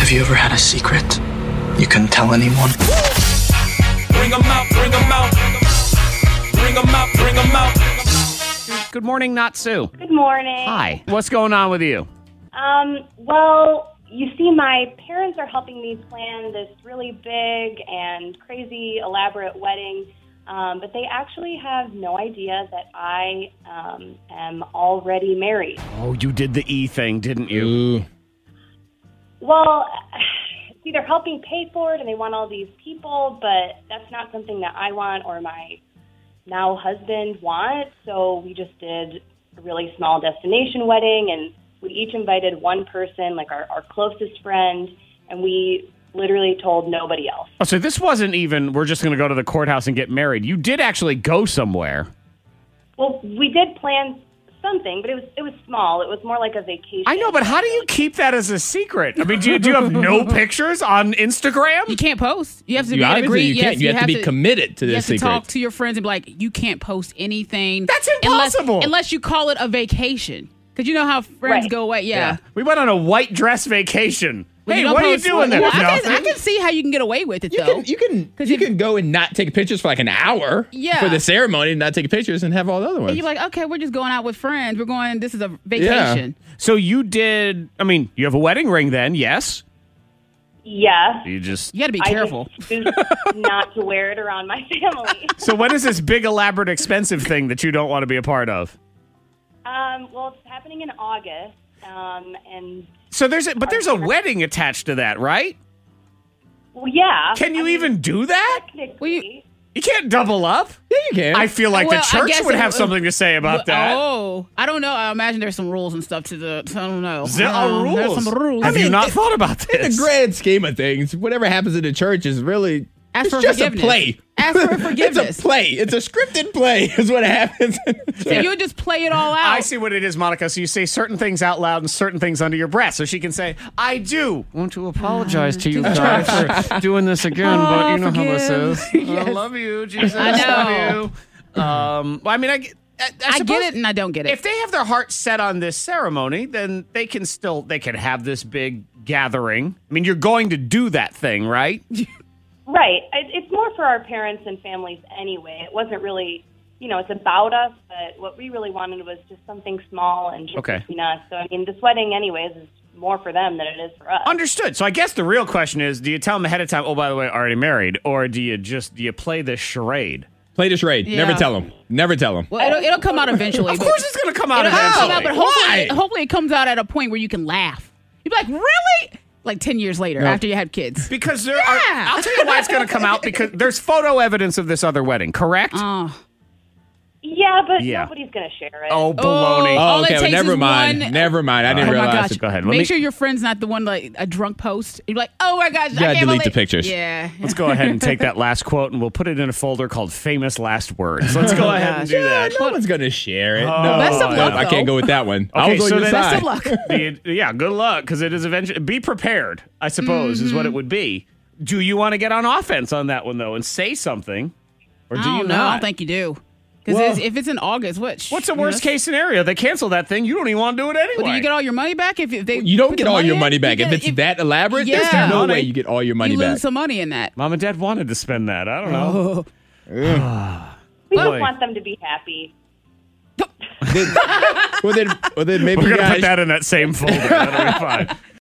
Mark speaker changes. Speaker 1: Have you ever had a secret you couldn't tell anyone?
Speaker 2: Bring 'em out, bring 'em out. Bring 'em out, bring 'em out.
Speaker 3: Good morning, not Sue.
Speaker 4: Good morning.
Speaker 3: Hi. What's going on with you?
Speaker 4: Um, well, you see, my parents are helping me plan this really big and crazy elaborate wedding, um, but they actually have no idea that I um, am already married.
Speaker 3: Oh, you did the E thing, didn't you?
Speaker 4: Well, see, they're helping pay for it and they want all these people, but that's not something that I want or my now husband wants. So we just did a really small destination wedding and we each invited one person, like our, our closest friend, and we literally told nobody else.
Speaker 3: Oh, so this wasn't even, we're just going to go to the courthouse and get married. You did actually go somewhere.
Speaker 4: Well, we did plan something, but it was it was small. It was more like a vacation.
Speaker 3: I know, but how do you keep that as a secret? I mean, do you, do you have no pictures on
Speaker 5: You
Speaker 3: Instagram?
Speaker 5: can't post. You have to
Speaker 6: You
Speaker 5: be
Speaker 6: obviously
Speaker 5: agree.
Speaker 6: you
Speaker 5: yes,
Speaker 6: can't. You, have, to be committed to
Speaker 5: You have
Speaker 6: this
Speaker 5: to
Speaker 6: secret.
Speaker 5: talk to your friends and be like, you can't post anything.
Speaker 3: That's
Speaker 5: unless-
Speaker 3: impossible.
Speaker 5: Unless, you call it a vacation, because you know how friends
Speaker 4: Right.
Speaker 5: go away. Yeah.
Speaker 3: We went on a white dress vacation.
Speaker 5: But
Speaker 3: hey,
Speaker 5: you don't
Speaker 3: what are you
Speaker 5: post-
Speaker 3: doing there?
Speaker 5: Well, I, can,
Speaker 3: Nothing.
Speaker 5: I can see how you can get away with it
Speaker 6: you
Speaker 5: though.
Speaker 6: can you can
Speaker 5: 'Cause
Speaker 6: you
Speaker 5: if-
Speaker 6: can go and not take pictures for like an hour
Speaker 5: Yeah.
Speaker 6: for the ceremony and not take pictures and have all the other ones.
Speaker 5: and you're like, okay, we're just going out with friends. We're going. This is a vacation.
Speaker 3: so you did, I mean, you have a wedding ring then, yes?
Speaker 4: Yeah.
Speaker 3: You just.
Speaker 5: You got to be careful.
Speaker 4: I just choose not to wear it around my family.
Speaker 3: So when is this big, elaborate, expensive thing that you don't want to be a part of?
Speaker 4: Um, well, it's happening in August, um, and
Speaker 3: So there's a, but there's a wedding attached to that, right?
Speaker 4: well, yeah.
Speaker 3: Can you
Speaker 4: I mean,
Speaker 3: even do that?
Speaker 4: Technically,
Speaker 5: Well, you-
Speaker 3: You can't double up.
Speaker 6: yeah, you can.
Speaker 3: I feel like
Speaker 5: Well,
Speaker 3: the
Speaker 5: I
Speaker 3: church
Speaker 5: guess
Speaker 3: would
Speaker 5: it-
Speaker 3: have something to say about
Speaker 5: Well,
Speaker 3: that.
Speaker 5: Oh, I don't know. I imagine there's some rules and stuff to the. I don't know.
Speaker 3: There
Speaker 5: I
Speaker 3: are
Speaker 5: don't know.
Speaker 3: Um, rules.
Speaker 5: There's some rules.
Speaker 3: Have
Speaker 6: I
Speaker 3: you
Speaker 6: mean,
Speaker 3: not
Speaker 6: it-
Speaker 3: thought about this?
Speaker 6: in the grand scheme of things, whatever happens in the church is really
Speaker 5: Ask
Speaker 6: it's
Speaker 5: for
Speaker 6: just a
Speaker 5: forgiveness.
Speaker 6: play.
Speaker 5: Ask for
Speaker 6: it's
Speaker 5: forgiveness.
Speaker 6: a play. It's a scripted play. Is what happens.
Speaker 5: So you would just play it all out.
Speaker 3: I see what it is, Monica. So you say certain things out loud and certain things under your breath. So she can say, I do want to apologize to you guys for doing this again, but you know how this is. I love you, Jesus.
Speaker 5: I know.
Speaker 3: love you. Um, well, I mean, I, get- I, I
Speaker 5: I
Speaker 3: suppose-
Speaker 5: get it and I don't get it.
Speaker 3: if they have their heart set on this ceremony, then they can still they can have this big gathering. I mean, you're going to do that thing, right?
Speaker 4: Right. It, it's more for our parents and families anyway. It wasn't really, you know, it's about us, but what we really wanted was just something small and just
Speaker 3: Okay.
Speaker 4: between us. So, I mean, this wedding, anyways, is more for them than it is for us.
Speaker 3: Understood. So I guess the real question is, do you tell them ahead of time? Oh, by the way, already married, or do you just do you play this charade?
Speaker 6: play this raid. Never
Speaker 5: Yeah.
Speaker 6: tell them. Never tell them.
Speaker 5: well, it'll, it'll come out eventually.
Speaker 3: Of course, it's going to come out
Speaker 5: It'll come out,
Speaker 3: eventually.
Speaker 5: but hopefully,
Speaker 6: Why?
Speaker 5: hopefully it comes out at a point where you can laugh. You'd be like, really? Like 10 years later, after you had kids.
Speaker 3: Because there
Speaker 5: Yeah.
Speaker 3: are, I'll tell you why it's going to come out because there's photo evidence of this other wedding, correct?
Speaker 5: Oh,
Speaker 4: yeah, but
Speaker 3: Yeah.
Speaker 4: nobody's going to share it.
Speaker 3: oh, baloney.
Speaker 5: Oh. All it
Speaker 6: okay. well,
Speaker 5: takes
Speaker 6: never
Speaker 5: is
Speaker 6: mind.
Speaker 5: one-
Speaker 6: Never mind. I
Speaker 5: oh
Speaker 6: didn't
Speaker 5: my
Speaker 6: realize.
Speaker 5: gosh.
Speaker 6: it.
Speaker 3: Go ahead. Let
Speaker 5: Make
Speaker 3: me-
Speaker 5: sure your friend's not the one, like, a drunk post. You're like, oh my gosh. I
Speaker 6: gotta
Speaker 5: can't
Speaker 6: delete
Speaker 5: believe-"
Speaker 6: the pictures.
Speaker 5: Yeah.
Speaker 3: Let's go ahead and take that last quote, and we'll put it in a folder called "Famous Last Words." Let's
Speaker 5: Oh
Speaker 3: go ahead and do that.
Speaker 6: No one's gonna share it. no,
Speaker 5: Best of luck,
Speaker 6: I
Speaker 5: though.
Speaker 6: can't go with that one. I
Speaker 3: Okay,
Speaker 6: was on
Speaker 3: so
Speaker 6: your
Speaker 3: then-
Speaker 6: side.
Speaker 5: Best of luck.
Speaker 3: The- yeah, good luck because it is eventually. Be prepared, I suppose, is
Speaker 5: Mm-hmm.
Speaker 3: what it would be. Do you want to get on offense on that one though and say something, or do
Speaker 5: I
Speaker 3: you
Speaker 5: don't know. I
Speaker 3: not?
Speaker 5: don't think you do. Because if it's in August, what?
Speaker 3: What's the worst case scenario? They cancel that thing. You don't even want to do it anyway.
Speaker 5: Well, do you get all your money back if, if they?
Speaker 6: You don't
Speaker 5: put
Speaker 6: get
Speaker 5: the
Speaker 6: all your
Speaker 5: in?
Speaker 6: money
Speaker 5: You
Speaker 6: back if
Speaker 5: get-
Speaker 6: it's that elaborate.
Speaker 5: Yeah.
Speaker 6: There's no
Speaker 3: Money.
Speaker 6: way you get all your money
Speaker 5: you
Speaker 6: back.
Speaker 5: lose some money in that.
Speaker 3: Mom and Dad wanted to spend that. I don't know.
Speaker 5: Oh.
Speaker 4: we just
Speaker 3: boy.
Speaker 4: want them to be happy.
Speaker 6: Then- well, then, well, then maybe
Speaker 3: We're
Speaker 6: you
Speaker 3: gonna
Speaker 6: guys
Speaker 3: put that in that same folder. That'll be fine.